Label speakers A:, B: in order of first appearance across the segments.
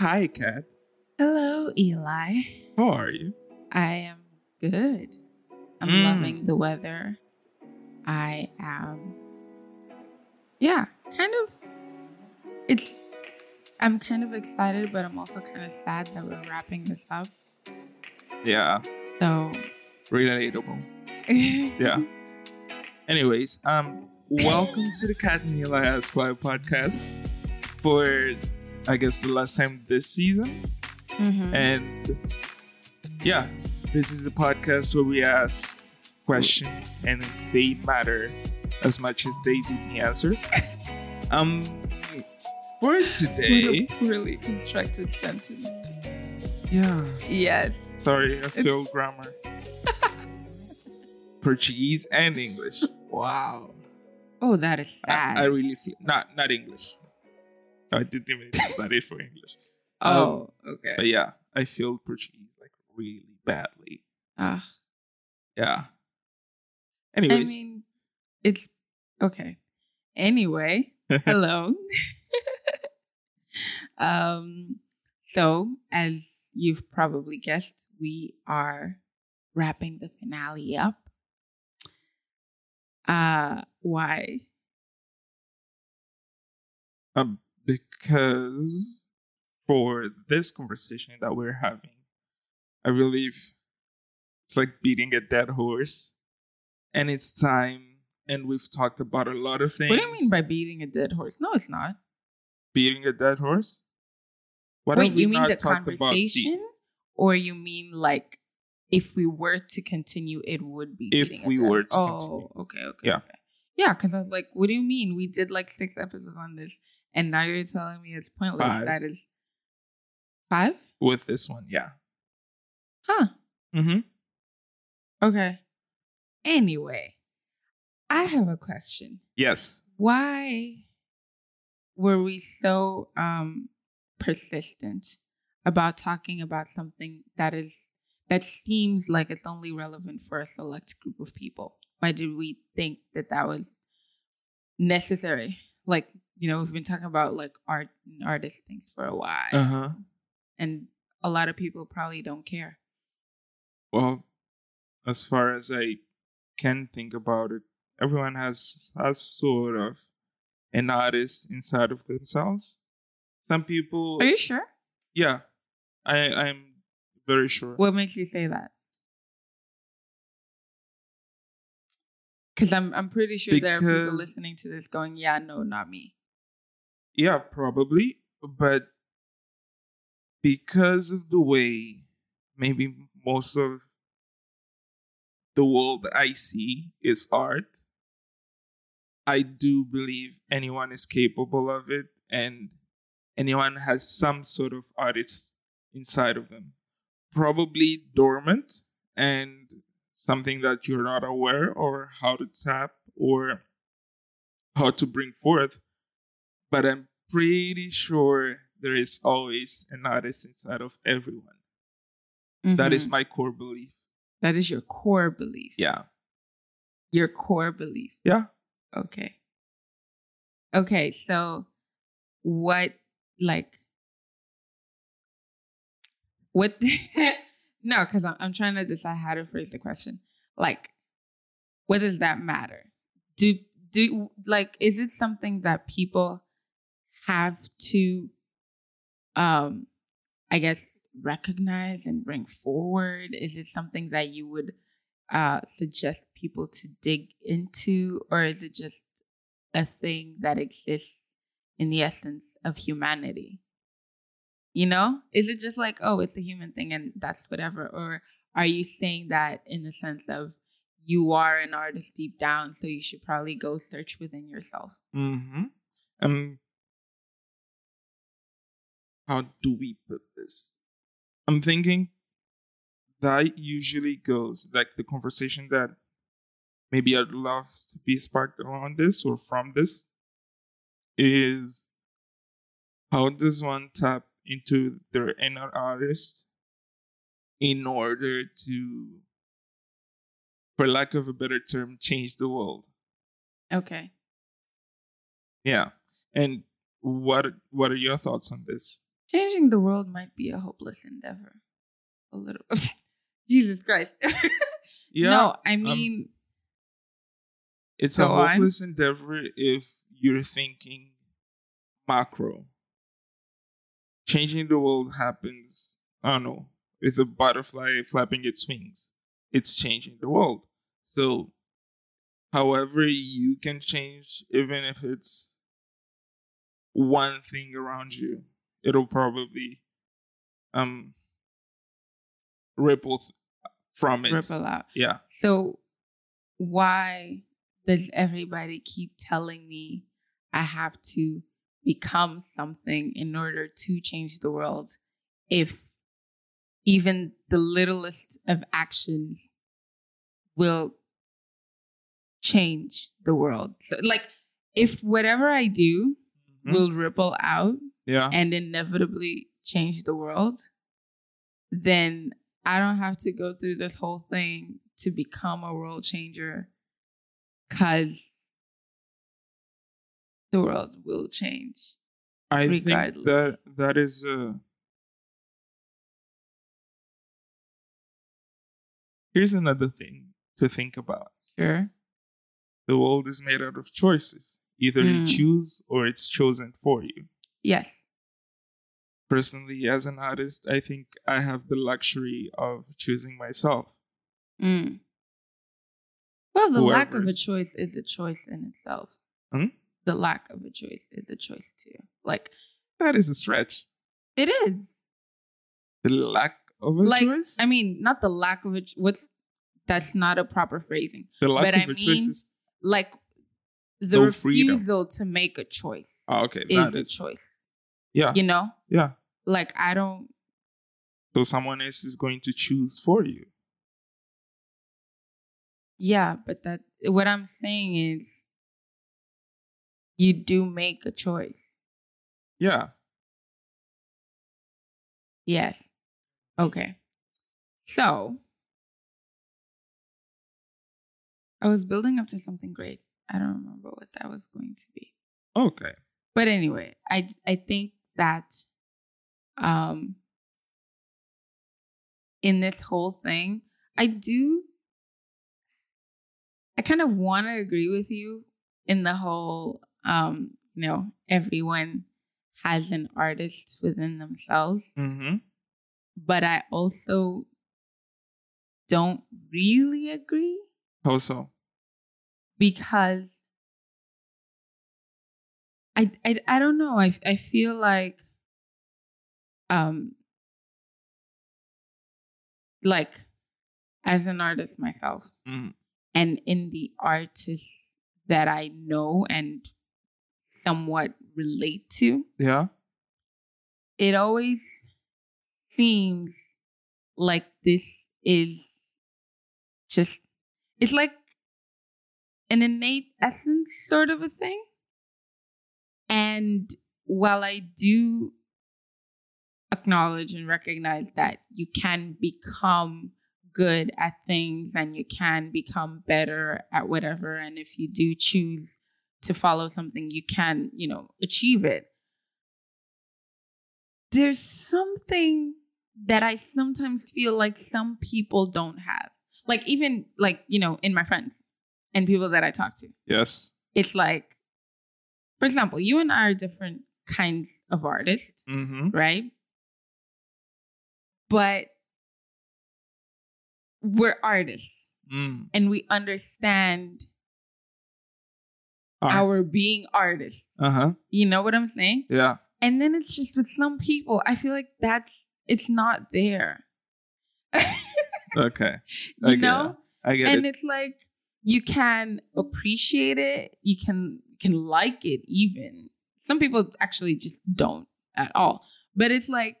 A: Hi, Kat.
B: Hello, Eli.
A: How are you?
B: I am good. I'm
A: Mm.
B: loving the weather. I am, yeah, kind of. It's, I'm kind of excited, but I'm also kind of sad that we're wrapping this up.
A: Yeah,
B: So,
A: relatable.
B: yeah.
A: Yeah. Anyways, um, welcome to the Kat and Eli Esquire podcast for, I guess, the last time this season.
B: Mm-hmm.
A: And yeah, this is the podcast where we ask questions and they matter as much as they do the answers. um, for today,
B: What a poorly constructed sentence.
A: yeah.
B: Yes.
A: Sorry, I failed
B: It's-
A: grammar. Portuguese and English. Wow.
B: Oh, that is sad.
A: I, I really feel not not English. I didn't even study for English.
B: oh, okay.
A: um, But yeah, I failed Portuguese like really badly.
B: Ugh.
A: Yeah.
B: I
A: Anyways,
B: mean, it's okay. Anyway, hello. um, so as you've probably guessed, we are wrapping the finale up. Uh, why?
A: um, because for this conversation that we're having, I believe it's like beating a dead horse, and it's time. And we've talked about a lot of things.
B: What do you mean by beating a dead horse? No, it's not.
A: beating a dead horse? What
B: Wait,
A: have we
B: you mean
A: not
B: the
A: talked about the-
B: conversation, or you mean like if we were to continue, it would be
A: If
B: beating a
A: we
B: dead-
A: were to
B: oh,
A: continue.
B: okay, okay,
A: Yeah.
B: okay. yeah. Because I was like, what do you mean? We did like six episodes on this, and now you're telling me it's pointless.
A: Five.
B: That is five,
A: with this one? Yeah.
B: huh?
A: Mm-hmm.
B: Okay. Anyway, I have a question.
A: Yes.
B: why were we so um persistent about talking about something that is that seems like it's only relevant for a select group of people why did we think that that was necessary like you know we've been talking about like art and artist things for a while
A: Uh huh.
B: and a lot of people probably don't care
A: Well, as far as I can think about it, everyone has has sort of an artist inside of themselves. Some people,
B: are you sure
A: yeah, I I'm very sure.
B: what makes you say that because I'm, I'm pretty sure there are people
A: Because-
B: listening to this going yeah no not me
A: Yeah, probably. But because of the way maybe most of the world I see is art, I do believe anyone is capable of it and anyone has some sort of artist inside of them. Probably dormant and something that you're not aware or how to tap or how to bring forth but I'm pretty sure there is always an artist inside of everyone. That is
B: Mhm.
A: my core belief.
B: that is your core belief
A: Yeah.
B: your core belief
A: Yeah.
B: okay okay so what like what no because I'm, I'm trying to decide how to phrase the question like what does that matter do do like is it something that people have to um i guess recognize and bring forward is it something that you would uh suggest people to dig into or is it just a thing that exists in the essence of humanity you know is it just like oh it's a human thing and that's whatever or are you saying that in the sense of you are an artist deep down so you should probably go search within yourself
A: Mm-hmm. Um, how do we put this? I'm thinking that usually goes like the conversation that maybe I'd love to be sparked around this or from this is how does one tap into their inner artist in order to, for lack of a better term, change the world?
B: okay
A: Yeah. And what what are your thoughts on this?
B: Changing the world might be a hopeless endeavor. A little. Jesus Christ.
A: Yeah.
B: no, I mean,
A: It's a
B: Go on.
A: hopeless endeavor if you're thinking macro. Changing the world happens, I don't know, with a butterfly flapping its wings. It's changing the world. So, however, you can change, even if it's one thing around you, it'll probably um ripple th- from it.
B: ripple out.
A: Yeah.
B: So, why does everybody keep telling me I have to become something in order to change the world if even the littlest of actions will change the world? So, like, if whatever I do
A: Mhm.
B: will ripple out
A: Yeah.
B: and inevitably change the world, then I don't have to go through this whole thing to become a world changer because the world will change.
A: I think that
B: regardless.
A: that is uh, a. Here's another thing to think about.
B: Sure.
A: The world is made out of choices. Either you
B: Mm.
A: choose or it's chosen for you.
B: Yes.
A: Personally, as an artist, I think I have the luxury of choosing myself.
B: Mm. Well, the lack of a
A: Whoever's-
B: choice is a choice in itself.
A: Hmm?
B: The lack of a choice is a choice too. Like,
A: That is a stretch.
B: it is.
A: The lack of a
B: Like,
A: choice?
B: I mean, not the lack of a, ch- what's, that's not a proper phrasing.
A: the lack
B: but
A: of
B: I
A: a choice
B: mean-
A: is.
B: like the
A: No freedom.
B: refusal to make a choice
A: Oh, okay.
B: is
A: That
B: a
A: is. Ah.
B: choice.
A: Yeah.
B: You know,
A: Yeah.
B: like I don't.
A: So someone else is going to choose for you.
B: Yeah, but that what I'm saying is, you do make a choice.
A: Yeah.
B: Yes. Okay. So I was building up to something great. I don't remember what that was going to be.
A: Okay.
B: but anyway i i think that um in this whole thing i do i kind of want to agree with you in the whole um you know everyone has an artist within themselves
A: Mm-hmm.
B: but i also don't really agree
A: How so?
B: because I, I I don't know. I I feel like um like as an artist myself
A: Mm.
B: and in the artists that I know and somewhat relate to,
A: Yeah.
B: it always seems like this is just it's like an innate essence sort of a thing and while i do acknowledge and recognize that you can become good at things and you can become better at whatever and if you do choose to follow something you can you know achieve it there's something that I sometimes feel like some people don't have. Like even like, you know, in my friends and people that I talk to.
A: Yes.
B: It's like for example, you and I are different kinds of artists,
A: Mm-hmm.
B: right? But we're artists
A: Mm.
B: and we understand our being artists.
A: Uh huh.
B: You know what I'm saying?
A: Yeah.
B: And then it's just with some people, I feel like that's it's not there.
A: Okay.
B: You
A: I get
B: know?
A: it. I get
B: and
A: it.
B: it's like you can appreciate it you can can like it even some people actually just don't at all but it's like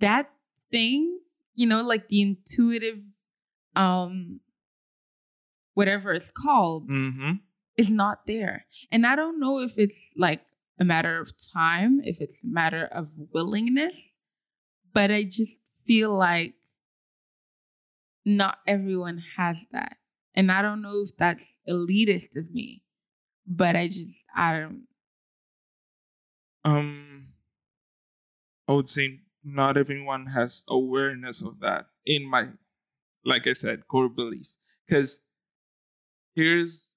B: that thing you know like the intuitive um whatever it's called
A: Mm-hmm.
B: is not there and i don't know if it's like a matter of time if it's a matter of willingness but i just feel like not everyone has that. And I don't know if that's elitist of me, but I just, I don't,
A: Um. I would say not everyone has awareness of that in my, like I said, core belief. Because here's,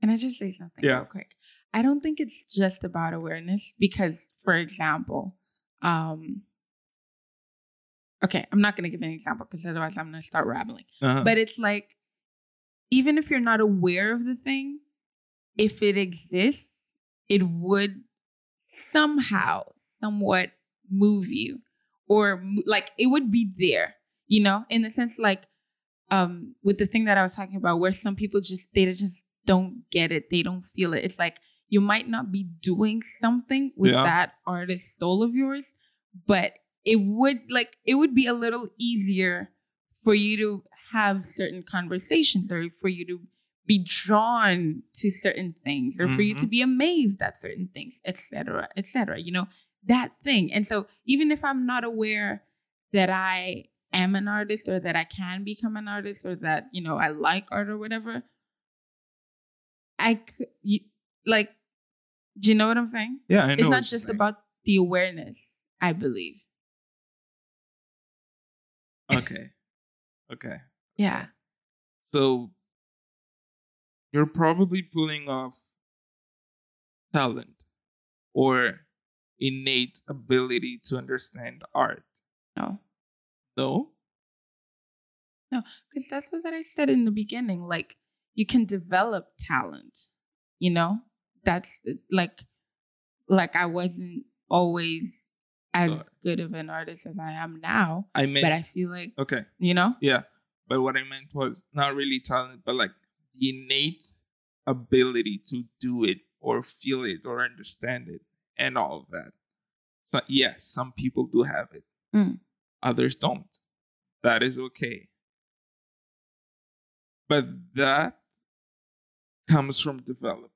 B: Can I just say something
A: Yeah.
B: real quick? I don't think it's just about awareness because, for example, um, okay, I'm not going to give an example because otherwise I'm going to start rambling.
A: uh
B: But it's like, even if you're not aware of the thing, if it exists, it would somehow, somewhat move you, or mo- like it would be there, you know, in the sense like, um, with the thing that I was talking about, where some people just they just don't get it, they don't feel it. It's like you might not be doing something with
A: Yeah.
B: that artist soul of yours, but it would like it would be a little easier for you to have certain conversations or for you to be drawn to certain things or for you to
A: Mm-hmm.
B: be amazed at certain things etc etc you know that thing and so even if i'm not aware that i am an artist or that i can become an artist or that you know i like art or whatever i could you, like do you know what i'm saying
A: yeah, I know
B: it's
A: what
B: not
A: you're
B: just
A: saying.
B: about the awareness i believe
A: Okay. Okay.
B: yeah
A: So you're probably pulling off talent or innate ability to understand art.
B: no
A: No?
B: Because that's what I said in the beginning. Like, you can develop talent, you know? That's like, like I wasn't always as
A: Sure.
B: good of an artist as I am now,
A: I meant
B: but I feel like,
A: Okay.
B: you know?
A: Yeah. But what I meant was not really talent, but like the innate ability to do it or feel it or understand it and all of that. So yeah, some people do have it.
B: Mm.
A: Others don't. That is okay. But that comes from development.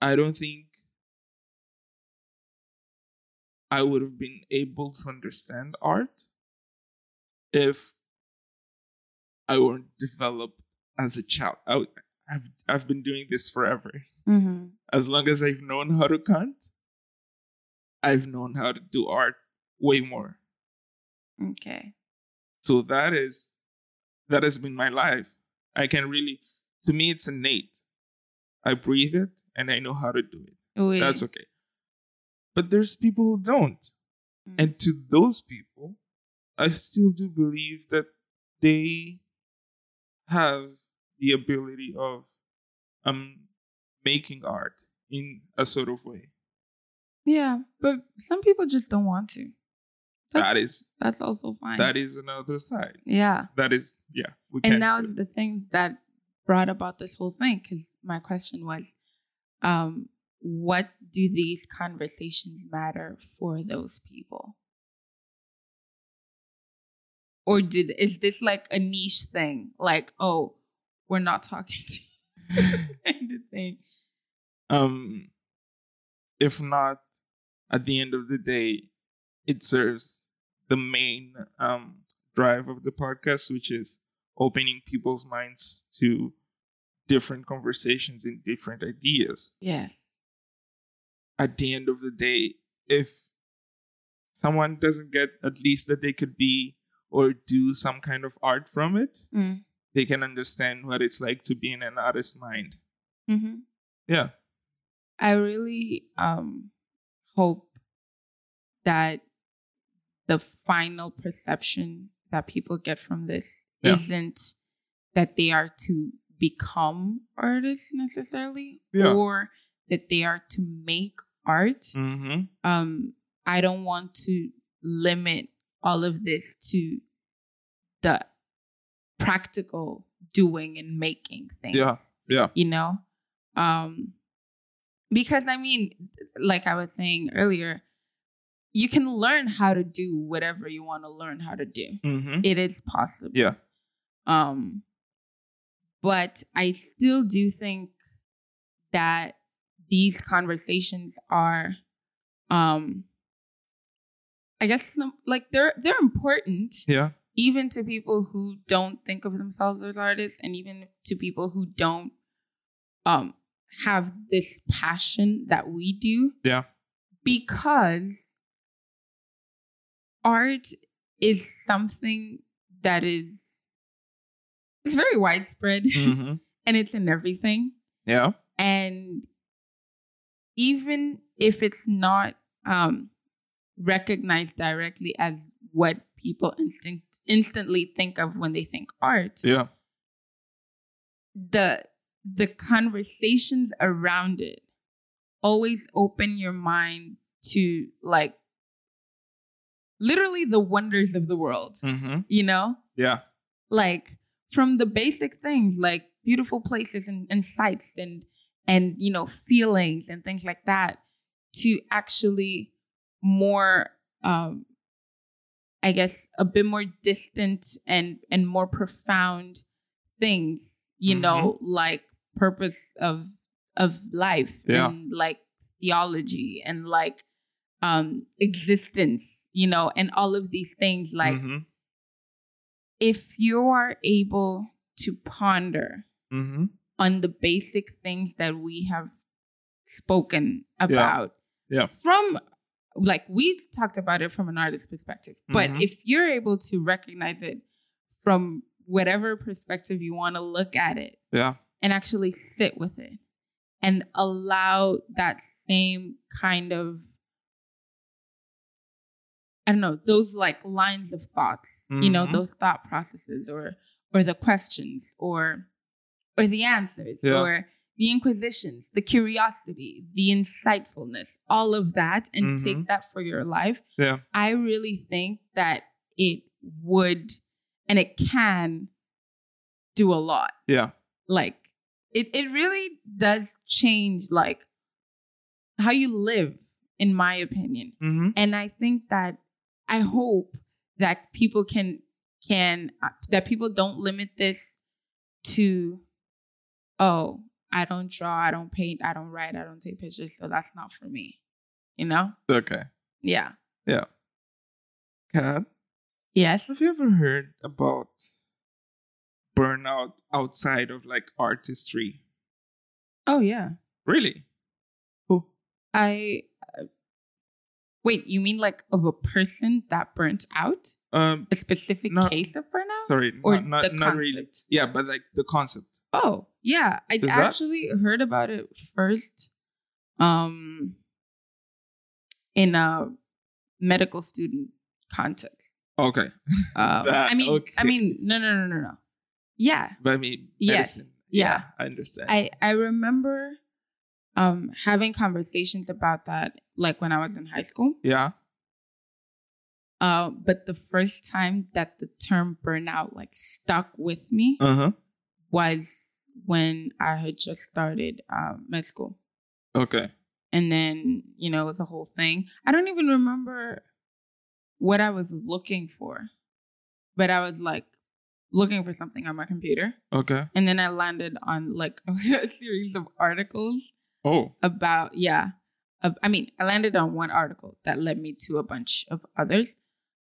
A: I don't think I would have been able to understand art if I weren't developed as a child. I would, I've I've been doing this forever.
B: Mm-hmm.
A: As long as I've known how to cunt, I've known how to do art way more.
B: Okay.
A: So that is that has been my life. I can really to me it's innate. I breathe it and I know how to do it.
B: Wait.
A: That's okay. But there's people who don't.
B: Mm.
A: And to those people, I still do believe that they have the ability of um making art in a sort of way.
B: yeah. But some people just don't want to. That's,
A: that is
B: that's also fine.
A: that is another side.
B: yeah.
A: That is yeah. We
B: and
A: can't
B: now
A: do
B: it's
A: it.
B: the thing that brought about this whole thing because my question was um what do these conversations matter for those people or did is this like a niche thing like oh we're not talking to you kind of thing
A: um if not at the end of the day it serves the main um drive of the podcast which is opening people's minds to different conversations and different ideas
B: yes
A: at the end of the day if someone doesn't get at least that they could be or do some kind of art from it
B: Mm.
A: they can understand what it's like to be in an artist's mind
B: mm-hmm.
A: yeah
B: I really um hope that the final perception that people get from this
A: Yeah.
B: isn't that they are to become artists necessarily
A: Yeah.
B: or that they are to make art
A: mm-hmm
B: um I don't want to limit all of this to the practical doing and making things
A: Yeah. yeah
B: you know um because i mean like i was saying earlier you can learn how to do whatever you want to learn how to do
A: mm-hmm
B: it is possible
A: yeah
B: um but i still do think that these conversations are um i guess some, like they're they're important
A: yeah
B: even to people who don't think of themselves as artists and even to people who don't um have this passion that we do
A: Yeah.
B: because art is something that is it's very widespread
A: hmm
B: and it's in everything
A: Yeah.
B: and even if it's not um, recognized directly as what people instinct instantly think of when they think art
A: Yeah.
B: the the conversations around it always open your mind to like literally the wonders of the world
A: hmm
B: you know
A: Yeah.
B: like from the basic things like beautiful places and, and sights and and you know feelings and things like that to actually more um i guess a bit more distant and and more profound things you know like purpose of of life
A: Yeah.
B: and like theology and like um existence you know and all of these things like
A: Mhm.
B: if you are able to ponder Mm-hmm.
A: Mhm.
B: on the basic things that we have spoken about
A: Yeah.
B: from like we talked about it from an artist's perspective
A: Mhm.
B: but if you're able to recognize it from whatever perspective you want to look at it
A: Yeah.
B: and actually sit with it and allow that same kind of i don't know those like lines of thoughts you know
A: Mhm.
B: those thought processes or or the questions or or the answers
A: Yeah.
B: or the inquisitions the curiosity the insightfulness all of that and take that for your life
A: Yeah.
B: I really think that it would and it can do a lot.
A: Yeah.
B: Like it, it really does change like how you live, in my opinion.
A: hmm
B: And I think that I hope that people can can uh, that people don't limit this to oh, I don't draw, I don't paint, I don't write, I don't take pictures, so that's not for me. You know?
A: Okay.
B: Yeah.
A: Kat,
B: Yes.
A: have you ever heard about burnout outside of like artistry?
B: Oh yeah.
A: Really? Oh,
B: I uh, wait. You mean like of a person that burnt out?
A: um,
B: A specific
A: No.
B: case of burnout?
A: sorry,
B: Or
A: not not,
B: the
A: not
B: concept?
A: really. Yeah, but like the concept.
B: Oh yeah, I
A: Is that-
B: actually heard about it first, um, in a medical student context.
A: Okay,
B: Um,
A: That-
B: I mean,
A: okay.
B: I mean, no, no, no, no, no. Yeah,
A: but I mean,
B: Yes.
A: medicine.
B: Yeah.
A: I understand.
B: I I remember, um, having conversations about that like when I was in high school.
A: yeah,
B: Uh, but the first time that the term burnout like stuck with me
A: uh huh.
B: was when I had just started um, med school,
A: Okay,
B: and then you know it was a whole thing. I don't even remember what I was looking for, but I was like looking for something on my computer,
A: okay.
B: and then I landed on like a series of articles
A: Oh,
B: about yeah ab- i mean i landed on one article that led me to a bunch of others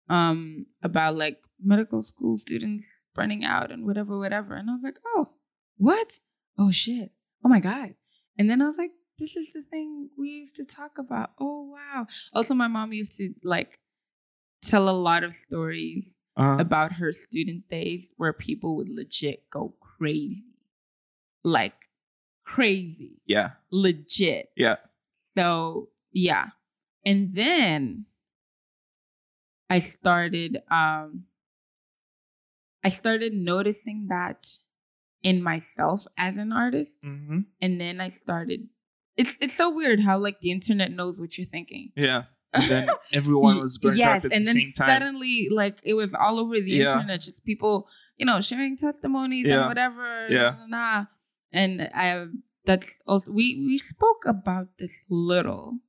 B: um about like medical school students burning out and whatever whatever and i was like oh what oh shit oh my god and then i was like this is the thing we used to talk about oh wow also my mom used to like tell a lot of stories
A: uh,
B: about her student days where people would legit go crazy like crazy
A: yeah,
B: legit
A: yeah.
B: so yeah. And then I started um I started noticing that in myself as an artist.
A: Mm-hmm.
B: And then I started it's it's so weird how like the internet knows what you're thinking.
A: Yeah. And then everyone was burnt out
B: yes,
A: at
B: and
A: the
B: then
A: same time.
B: suddenly like it was all over the
A: Yeah.
B: internet, just people, you know, sharing testimonies
A: Yeah.
B: and whatever.
A: Yeah.
B: Nah, nah. And I that's also we we spoke about this little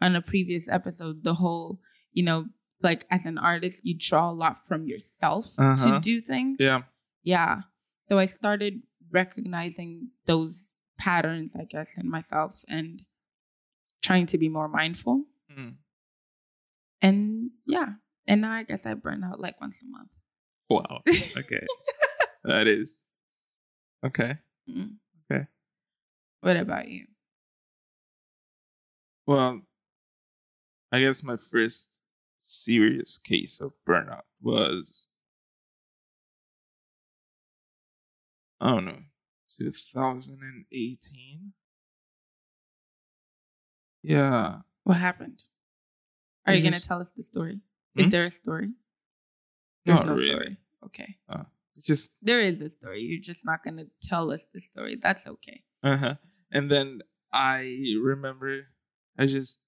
B: on a previous episode, the whole, you know, like as an artist, you draw a lot from yourself
A: Uh-huh.
B: to do things.
A: Yeah.
B: Yeah. So I started recognizing those patterns, I guess, in myself and trying to be more mindful.
A: Mm.
B: And yeah. And now I guess I burn out like once a month.
A: Wow. Okay. that is. Okay.
B: Mm.
A: Okay.
B: What about you?
A: Well, I guess my first serious case of burnout was I don't know, 2018. Yeah,
B: What happened? Are
A: Is
B: you gonna
A: this-
B: tell us the story?
A: Hmm?
B: Is there a story? There's
A: Not
B: no
A: really.
B: story. Okay.
A: just
B: There is a story. You're just not gonna tell us the story. That's okay.
A: uh-huh. And then I remember I just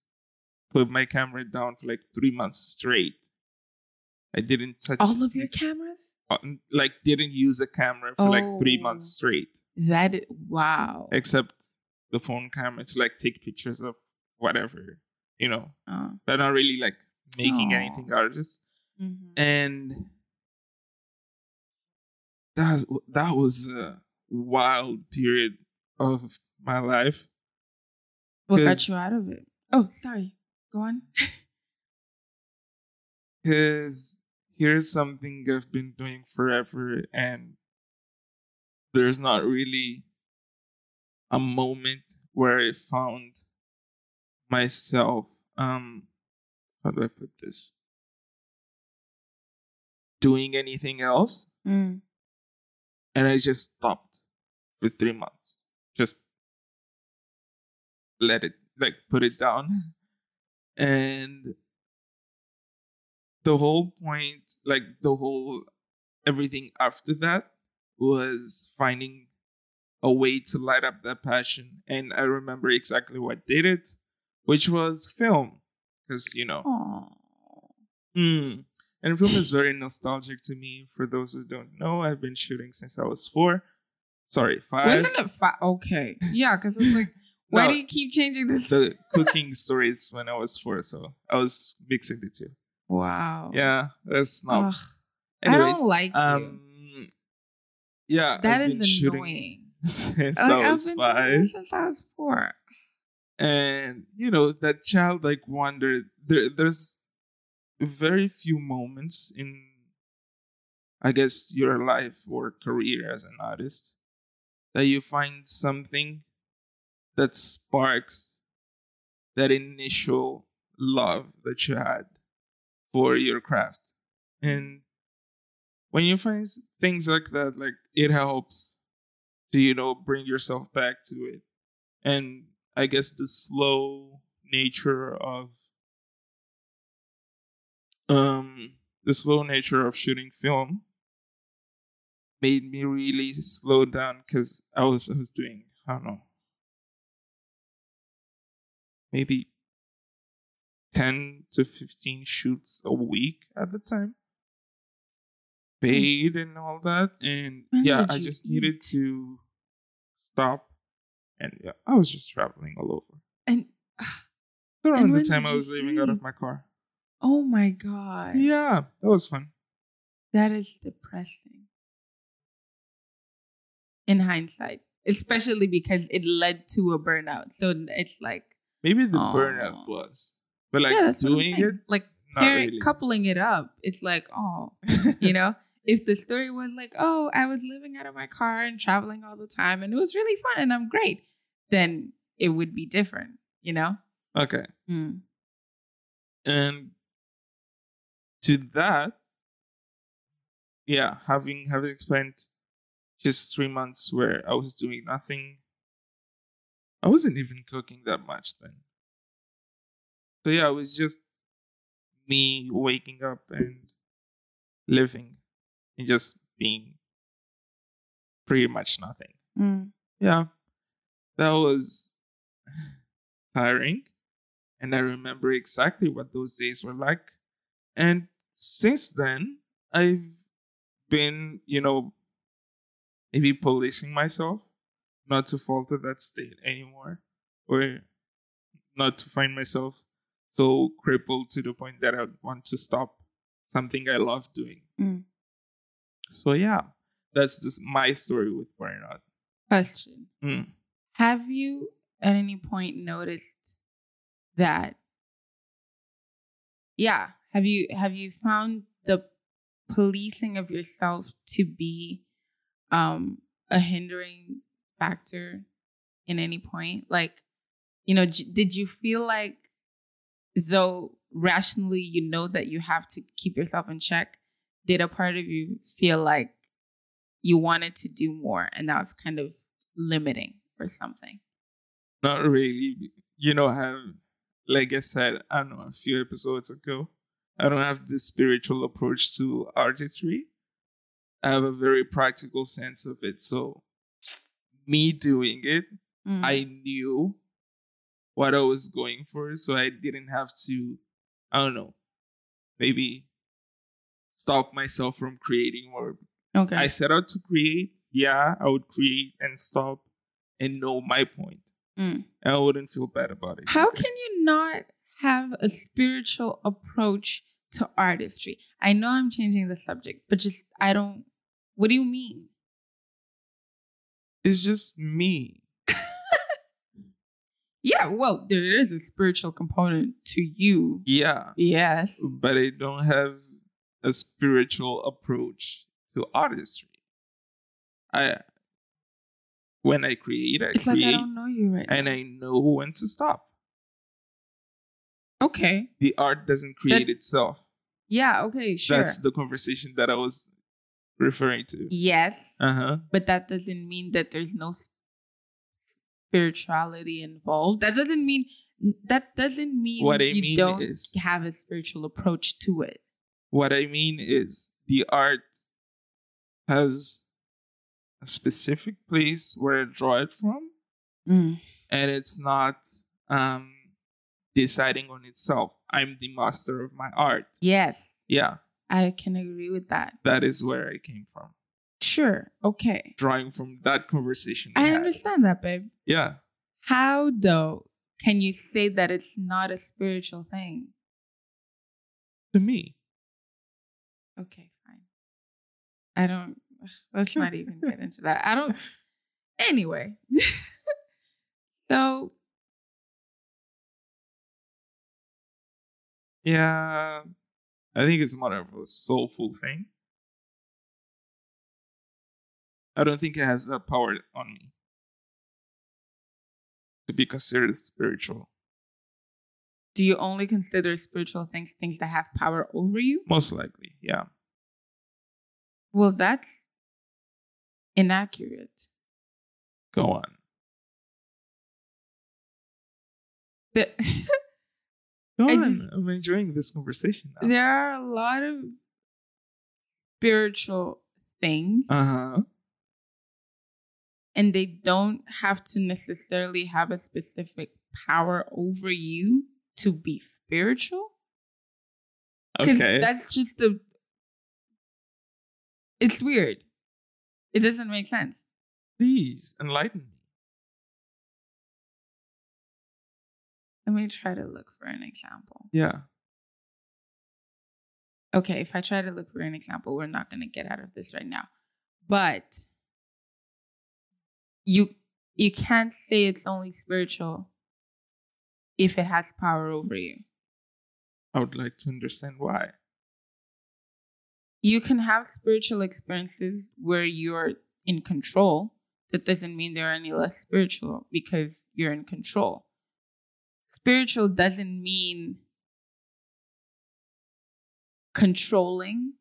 A: put my camera down for like three months straight. I didn't touch
B: All of your
A: it.
B: cameras?
A: uh, like didn't use a camera for like three
B: Oh.
A: months straight,
B: That is, wow.
A: except the phone camera to like take pictures of whatever, you know.
B: Uh,
A: They're not really like making
B: Aw.
A: anything out of this.
B: mhm.
A: And that was, that was a wild period of my life.
B: What got
A: Because-
B: you out of it? Oh, sorry. Go on.
A: Because here's something I've been doing forever, and there's not really a moment where I found myself. Um, how do I put this? Doing anything else,
B: Mm.
A: and I just stopped for three months. Just let it, like, put it down. And the whole point, like, the whole everything after that was finding a way to light up that passion. And I remember exactly what did it, which was film. Because, you know,
B: Aw. Hmm.
A: Mm. And film is very nostalgic to me. For those who don't know, I've been shooting since I was four. Sorry, five.
B: Wasn't it fi- okay? Yeah, because it's like, why
A: No,
B: do you keep changing this?
A: the cooking stories when I was four, so I was mixing the two.
B: wow.
A: Yeah, that's not.
B: Ugh, I
A: Anyways,
B: don't like you.
A: um, yeah,
B: That
A: I've
B: is
A: been shooting
B: annoying.
A: Since
B: Like,
A: I
B: I've
A: was
B: been doing
A: five,
B: this since I was four.
A: and you know that childlike wonder. There, there's very few moments in, I guess, your life or career as an artist that you find something that sparks that initial love that you had for your craft. And when you find s- things like that, like it helps to, you know, bring yourself back to it. And I guess the slow nature of um the slow nature of shooting film made me really slow down because I was I was doing I don't know maybe ten to fifteen shoots a week at the time. Paid and all that, and
B: When
A: yeah,
B: did
A: I
B: you
A: just needed to stop, and yeah, I was just traveling all over.
B: And
A: It's Around the
B: when
A: time
B: did
A: I
B: you
A: was leaving out of
B: sleep?
A: my car.
B: oh my god,
A: Yeah, that was fun.
B: that is depressing. In hindsight, especially because it led to a burnout, so it's like,
A: Maybe the
B: Aw.
A: burnout was, but like
B: yeah, that's what I'm
A: doing
B: saying.
A: it,
B: like
A: not
B: pair-
A: really.
B: coupling it up. It's like, oh, you know. If the story was like, oh, I was living out of my car and traveling all the time and it was really fun and I'm great, then it would be different, you know?
A: okay,
B: Mm.
A: and to that yeah having having spent just three months where i was doing nothing i wasn't even cooking that much then so yeah it was just me waking up and living and just being pretty much nothing
B: Mm.
A: yeah that was tiring and i remember exactly what those days were like and since then i've been you know maybe policing myself not to fall to that state anymore or not to find myself so crippled to the point that i would want to stop something i love doing
B: Mm.
A: so yeah that's just my story with burnout
B: Question.
A: Mm.
B: Have you at any point noticed that yeah, have you have you found the policing of yourself to be um a hindering factor in any point? Like, you know, j- did you feel like though rationally you know that you have to keep yourself in check, did a part of you feel like you wanted to do more and that was kind of limiting or something?
A: Not really. You know, I have, like I said, I don't know, a few episodes ago, I don't have this spiritual approach to artistry. I have a very practical sense of it. So, me doing it,
B: Mm.
A: I knew what I was going for, so I didn't have to, I don't know, maybe stop myself from creating more.
B: okay.
A: I set out to create, yeah, I would create and stop and know my point.
B: Mm.
A: And I wouldn't feel bad about it.
B: How can you not have a spiritual approach to artistry? I know I'm changing the subject, but just I don't. What do you mean?
A: It's just me.
B: Yeah, well, there is a spiritual component to you.
A: Yeah.
B: Yes.
A: But I don't have a spiritual approach to artistry. I when I create, I
B: It's like
A: create
B: I don't know you right now.
A: and I know when to stop.
B: Okay.
A: The art doesn't create itself.
B: Yeah, okay, sure.
A: That's the conversation that I was referring to.
B: yes.
A: Uh huh.
B: but that doesn't mean that there's no s- spirituality involved. That doesn't mean that doesn't mean
A: What I
B: you
A: mean
B: don't
A: is-
B: have a spiritual approach to it.
A: What I mean is the art has a specific place where I draw it from, and it's not um, deciding on itself. I'm the master of my art.
B: Yes,
A: Yeah,
B: I can agree with that.
A: that is where I came from.
B: Sure. Okay.
A: Drawing from that conversation. we
B: I
A: had.
B: understand that, babe.
A: Yeah,
B: How though can you say that it's not a spiritual thing?
A: to me.
B: Okay, fine. I don't. Let's not even get into that. I don't. Anyway, so
A: Yeah, I think it's more of a soulful thing. I don't think it has that power on me to be considered spiritual.
B: do you only consider spiritual things things that have power over you?
A: Most likely, yeah.
B: Well, that's inaccurate.
A: Go on.
B: There,
A: Go
B: I
A: on.
B: just-
A: I'm enjoying this conversation now.
B: there are a lot of spiritual things,
A: Uh huh.
B: and they don't have to necessarily have a specific power over you to be spiritual. Because
A: Okay.
B: that's just the. It's weird. It doesn't make sense.
A: Please enlighten me.
B: Let me try to look for an example.
A: Yeah.
B: okay, if I try to look for an example, we're not going to get out of this right now. But you you can't say it's only spiritual if it has power over you.
A: I would like to understand why.
B: You can have spiritual experiences where you're in control. That doesn't mean they're any less spiritual because you're in control. Spiritual doesn't mean controlling.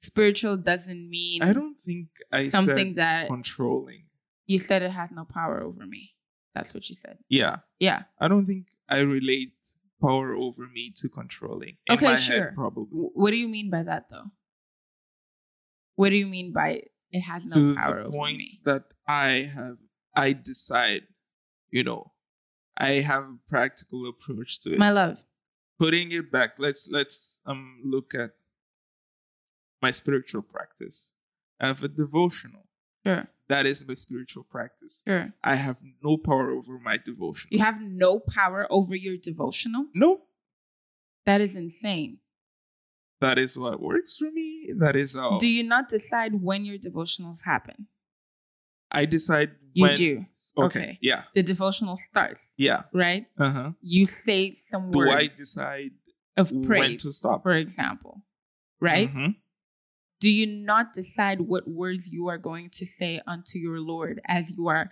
B: Spiritual doesn't mean
A: I don't think I
B: something
A: said
B: that
A: controlling.
B: you said it has no power over me. That's what you said.
A: Yeah.
B: Yeah.
A: I don't think I relate power over me to controlling. In
B: Okay,
A: my
B: sure.
A: Head, probably.
B: W- what do you mean by that though? What do you mean by it has no
A: to
B: power
A: the
B: over
A: point
B: me?
A: that I have, I decide, you know, I have a practical approach to it.
B: My love.
A: Putting it back, let's let's um look at my spiritual practice. I have a devotional.
B: Sure.
A: That is my spiritual practice.
B: Sure.
A: I have no power over my devotional.
B: You have no power over your devotional?
A: no.
B: That is insane.
A: That is what works for me. That is how
B: Do you not decide when your devotionals happen?
A: I decide
B: You
A: when.
B: do.
A: Okay.
B: Okay.
A: Yeah.
B: The devotional starts,
A: Yeah.
B: right?
A: Uh huh.
B: You say some
A: Do
B: words
A: I decide
B: of praise,
A: when to stop?
B: for example, right?
A: Mhm.
B: do you not decide what words you are going to say unto your Lord as you are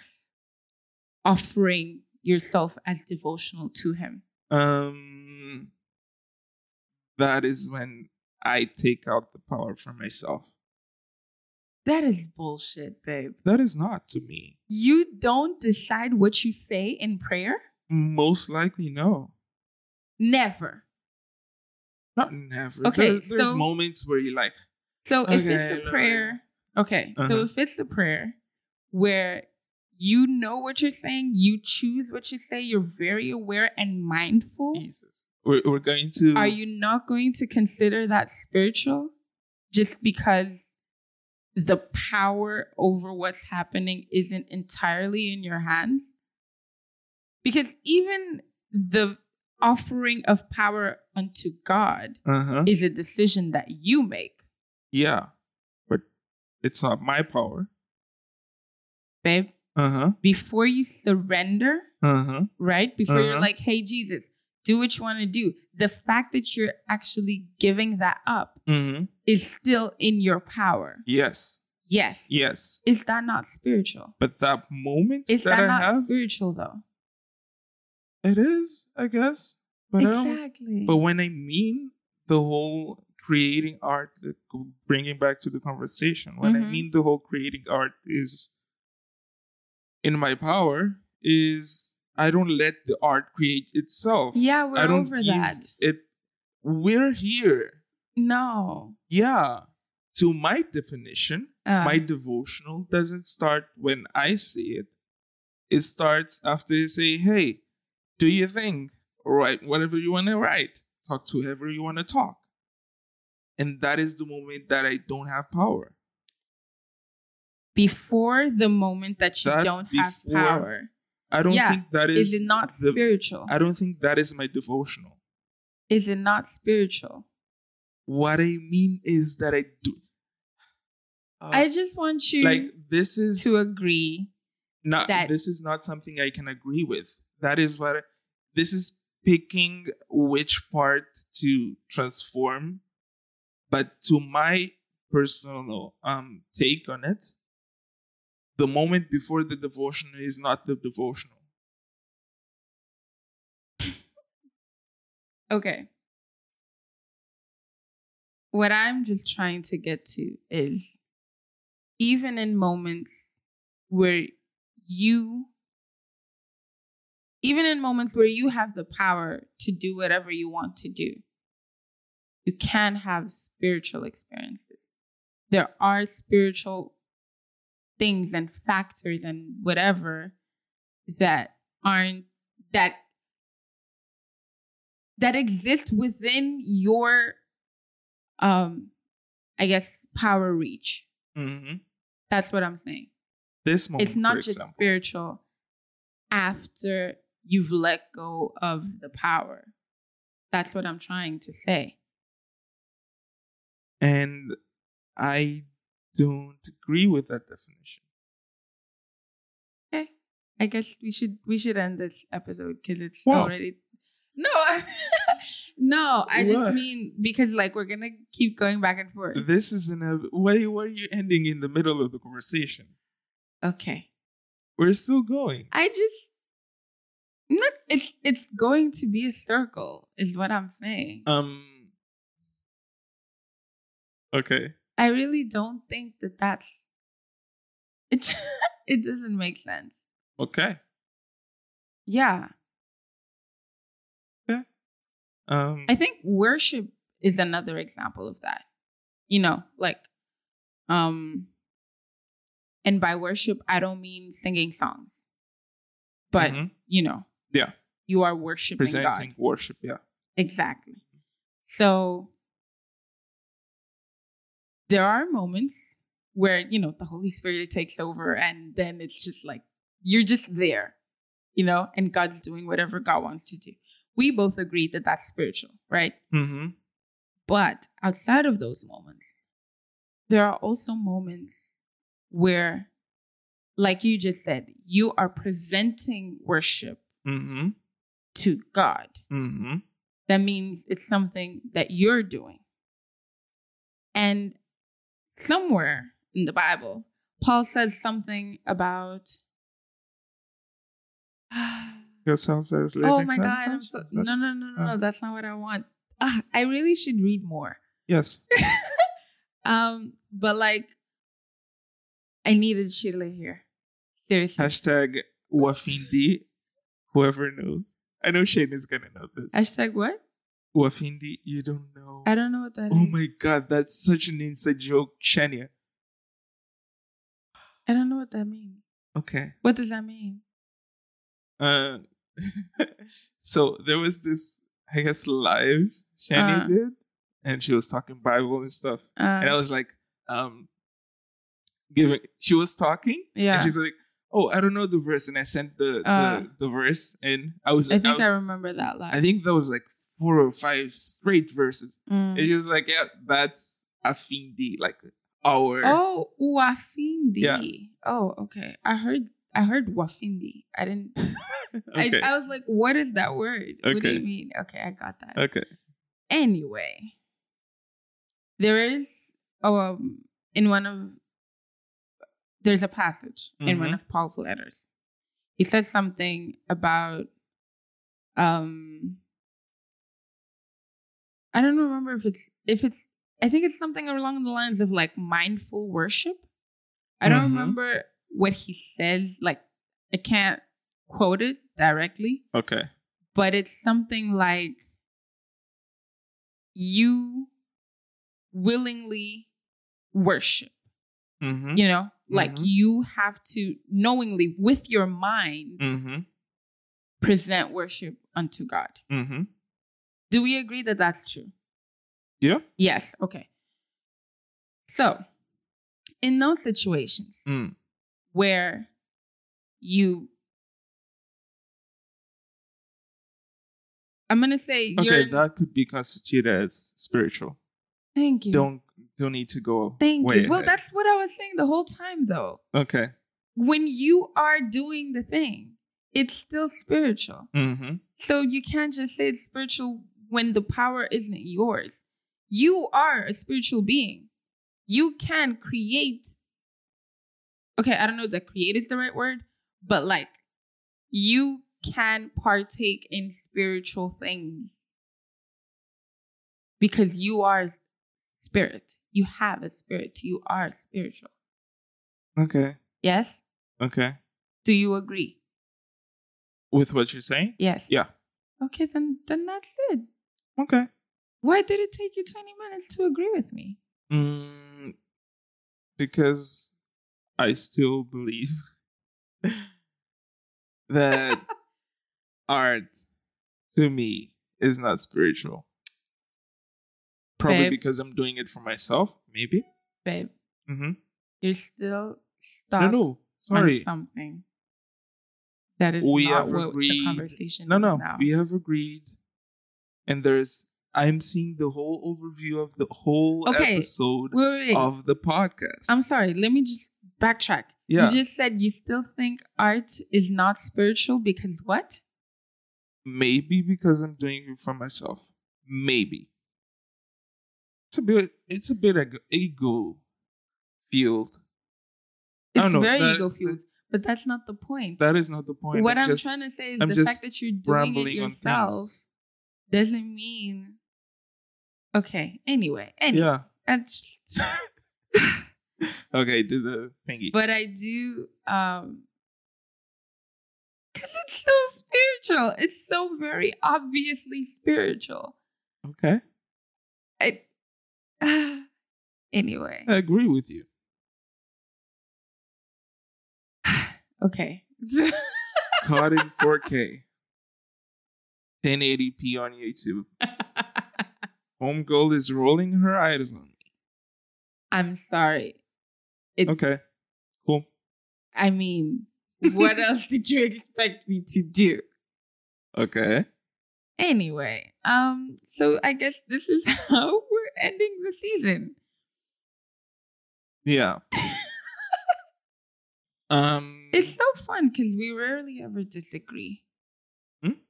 B: offering yourself as devotional to Him?
A: Um, that is when I take out the power from myself.
B: That is bullshit, babe.
A: That is not to me.
B: You don't decide what you say in prayer?
A: Most likely, no.
B: Never.
A: Not never.
B: Okay,
A: there's, there's
B: so-
A: moments where you're like,
B: So if
A: Okay,
B: it's a
A: Lord.
B: prayer, okay. So
A: Uh-huh.
B: if it's a prayer where you know what you're saying, you choose what you say, you're very aware and mindful,
A: Jesus, we're, we're going to.
B: are you not going to consider that spiritual just because the power over what's happening isn't entirely in your hands? Because even the offering of power unto God
A: Uh huh.
B: is a decision that you make.
A: Yeah, but it's not my power.
B: Babe,
A: Uh huh.
B: before you surrender,
A: Uh huh.
B: right? Before you're
A: Uh-huh.
B: like, hey, Jesus, do what you want to do. The fact that you're actually giving that up
A: Mm-hmm.
B: is still in your power.
A: Yes.
B: Yes.
A: Yes.
B: Is that not spiritual?
A: But that moment
B: Is
A: that,
B: that,
A: I
B: not
A: have,
B: spiritual though?
A: it is, I guess. But I don't.
B: exactly.
A: But when I mean the whole creating art, the- bringing back to the conversation, when I
B: Mhm.
A: mean the whole creating art is in my power, is I don't let the art create itself.
B: yeah, we're
A: I don't
B: over
A: give
B: that.
A: It. We're here.
B: No.
A: Yeah. To my definition,
B: Uh,
A: my devotional doesn't start when I see it. It starts after you say, hey, do your thing. Write whatever you want to write. Talk to whoever you want to talk. And that is the moment that I don't have power.
B: before the moment that you
A: That
B: don't have
A: before
B: power,
A: I don't
B: Yeah,
A: think that
B: is
A: is.
B: it not
A: the-
B: spiritual?
A: I don't think that is my devotional.
B: Is it not spiritual?
A: What I mean is that I do.
B: I just want you
A: Uh, like this is
B: to agree
A: not
B: that-
A: this is not something I can agree with. That is what I- this is picking which part to transform. But to my personal um take on it, the moment before the devotional is not the devotional.
B: Okay. What I'm just trying to get to is even in moments where you, even in moments where you have the power to do whatever you want to do, you can have spiritual experiences. There are spiritual things and factors and whatever that aren't, that that exist within your um i guess power reach
A: Mhm.
B: that's what i'm saying
A: This moment,
B: it's not
A: for
B: just
A: example.
B: spiritual after you've let go of the power that's what i'm trying to say
A: and I don't agree with that definition.
B: i guess we should we should end this episode because it's
A: Wow.
B: already no no i
A: What?
B: just mean because like we're gonna keep going back and forth
A: This is in a way where you're ending in the middle of the conversation.
B: okay
A: We're still going.
B: I just look. It's it's going to be a circle, is what I'm saying.
A: Um. Okay.
B: I really don't think that that's it. ju- It doesn't make sense.
A: Okay.
B: Yeah,
A: Um.
B: I think worship is another example of that. You know, like, um, and by worship I don't mean singing songs, but
A: mhm.
B: you know,
A: Yeah.
B: you are worshiping God.
A: presenting worship. Yeah.
B: Exactly. So there are moments where, you know, the Holy Spirit takes over and then it's just like you're just there, you know, and God's doing whatever God wants to do. We both agree that that's spiritual, right?
A: Mm-hmm.
B: But outside of those moments, there are also moments where, like you just said, you are presenting worship
A: Mm-hmm.
B: to God.
A: Mm-hmm.
B: that means it's something that you're doing. And somewhere in the Bible, Paul says something about.
A: Yourself says.
B: oh my God! I'm so, no, no, no, no, no.
A: Oh.
B: That's not what I want. ah, I really should read more.
A: Yes.
B: Um, but like, I needed Sheila here. Seriously,
A: Hashtag Wafindi. Whoever knows. I know Shane is gonna know this.
B: hashtag what?
A: Wafindi, you don't know.
B: I don't know what that is.
A: Oh my god, that's such an inside joke, Shania.
B: I don't know what that means.
A: Okay.
B: What does that mean?
A: Uh, so there was this, I guess, live Shani
B: Uh.
A: did, and she was talking Bible and stuff,
B: Uh,
A: and I was like, um, giving. She was talking,
B: yeah,
A: and she's like, "Oh, I don't know the verse," and I sent the
B: Uh.
A: the, the verse, and I was,
B: I think I
A: I,
B: remember that line.
A: I think that was like four or five straight verses,
B: Mm.
A: and she was like, "Yeah, that's Afindi, like our."
B: Oh, Wafindi.
A: Yeah.
B: Oh, okay. I heard I heard Wafindi. I didn't
A: okay,
B: I, I was like, what is that word? What do
A: Okay.
B: you mean? Okay, I got that.
A: okay,
B: Anyway. There is um in one of there's a passage in one of Paul's letters. He says something about um I don't remember if it's if it's I think it's something along the lines of like mindful worship. I don't
A: Mhm.
B: remember what he says like I can't quote it directly,
A: okay.
B: but it's something like you willingly worship
A: Mm-hmm.
B: you know like
A: Mhm.
B: you have to knowingly with your mind
A: Mm-hmm.
B: present worship unto god
A: Mm-hmm.
B: do we agree that that's true
A: Yeah.
B: yes okay so in those situations
A: Mm.
B: where you i'm gonna say
A: Okay,
B: you're
A: that could be constituted as spiritual.
B: thank you
A: Don't don't need to go.
B: thank
A: way
B: you well
A: ahead.
B: that's what i was saying the whole time though
A: okay.
B: when you are doing the thing it's still spiritual
A: Mm-hmm.
B: So you can't just say it's spiritual when the power isn't yours. You are a spiritual being. You can create. Okay, I don't know that create is the right word, but like you can partake in spiritual things because you are s- spirit. You have a spirit. You are spiritual.
A: Okay.
B: Yes?
A: Okay.
B: Do you agree?
A: With what you're saying?
B: Yes.
A: Yeah.
B: Okay, then then that's it.
A: Okay.
B: Why did it take you 20 minutes to agree with me?
A: Mm, because I still believe that art to me is not spiritual. Probably
B: Babe.
A: because I'm doing it for myself, maybe.
B: Babe,
A: Mm-hmm.
B: you're still
A: No,
B: stuck
A: no.
B: on
A: Sorry.
B: something that is
A: We
B: not
A: have
B: what the
A: agreed-
B: conversation
A: No,
B: is
A: no,
B: now.
A: we have agreed, and there's. I'm seeing the whole overview of the whole
B: Okay,
A: episode
B: Wait, wait, wait.
A: of the podcast.
B: I'm sorry. Let me just backtrack.
A: yeah,
B: You just said you still think art is not spiritual because what?
A: maybe because I'm doing it for myself. Maybe it's a bit. It's a bit ego- ego field. I
B: It's
A: don't know,
B: very
A: that-
B: ego fueled, but that's not the point.
A: That is not the point.
B: what
A: I'm
B: I'm
A: just-
B: trying to say is
A: I'm
B: the
A: just
B: fact that you're doing it
A: rambling on things.
B: yourself doesn't mean. Okay. Anyway. Anyway.
A: Yeah.
B: That's just-
A: Okay. Do the thingy.
B: but I do um because it's so spiritual. It's so very obviously spiritual.
A: okay.
B: I anyway.
A: I agree with you.
B: Okay.
A: Caught in 4K, 1080p on YouTube. Home girl is rolling her eyes on me.
B: I'm sorry. It,
A: Okay. Cool.
B: I mean, what else did you expect me to do?
A: Okay.
B: Anyway, um, so I guess this is how we're ending the season.
A: Yeah. um
B: It's so fun because we rarely ever disagree.
A: Hmm?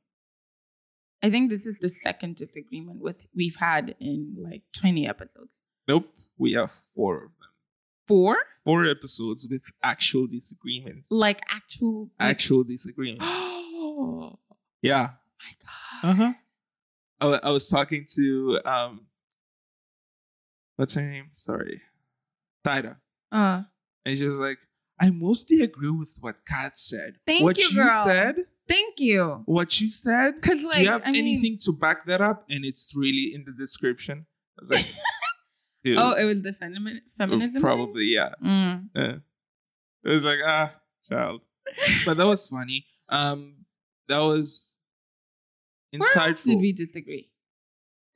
B: I think this is the second disagreement with we've had in like 20 episodes.
A: nope. We have four of them.
B: Four?
A: Four episodes with actual disagreements.
B: Like actual like-
A: actual disagreements.
B: oh
A: yeah.
B: my god.
A: Uh-huh. I, wa- I was talking to um, what's her name? Sorry, Tida,
B: Uh,
A: and she was like, "I mostly agree with what Kat said.
B: Thank
A: what
B: you, girl.
A: said,
B: thank you.
A: what you said.
B: Cause like
A: Do you have
B: I mean,
A: anything to back that up? And it's really in the description. I was like, dude,
B: oh, it was the femi- feminism. thing?
A: probably yeah.
B: Mm.
A: Uh, it was like ah, child. But that was funny. Um, that was
B: Where else
A: insightful.
B: did we disagree?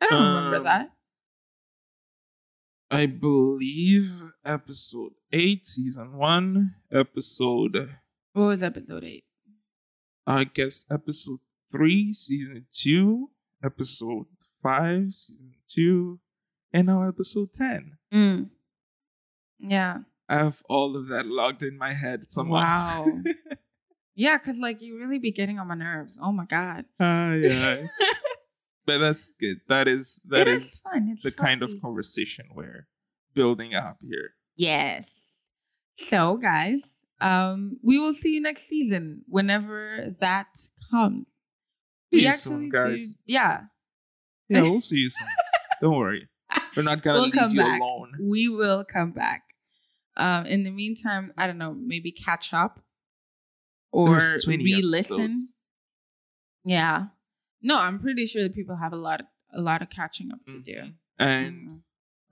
B: I don't remember
A: Um,
B: that.
A: I believe episode eight, season one, episode
B: What was episode eight?
A: I guess episode three, season two, episode five, season two, and now episode ten.
B: Mm. Yeah.
A: I have all of that logged in my head somehow.
B: Wow. yeah, because like you really be getting on my nerves. Oh my god.
A: Aye, aye. but that's good. That is that
B: It
A: is.
B: fun. It's
A: the kind of
B: healthy.
A: conversation we're building up here.
B: Yes. So, guys, um, we will see you next season whenever that comes.
A: See
B: we
A: you soon,
B: actually
A: guys.
B: do. Yeah,
A: Yeah, we'll see you soon. Don't worry. We're not gonna
B: We'll
A: leave
B: come
A: you
B: back.
A: alone.
B: we will come back. Um, in the meantime, I don't know, maybe catch up or
A: There's 20
B: re-listen.
A: episodes.
B: Yeah. No, I'm pretty sure that people have a lot of, a lot of catching up to do.
A: Mhm. And
B: Mhm.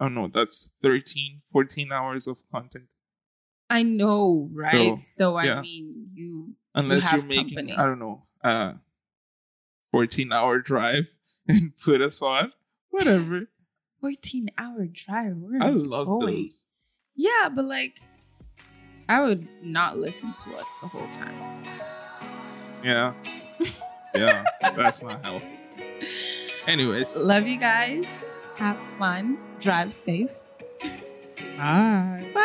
A: oh no, that's 13, 14 hours of content.
B: I know, right? So, I
A: yeah.
B: mean, you
A: Unless
B: have
A: you're making
B: company.
A: I don't know, uh 14 hour drive and put us on. Whatever.
B: 14 hour drive. Where
A: I
B: are you
A: love
B: going?
A: those.
B: Yeah, but like, I would not listen to us the whole time.
A: Yeah. Yeah. that's not healthy.
B: Oh.
A: Anyways.
B: Love you guys. Have fun. Drive safe.
A: Bye.
B: Bye.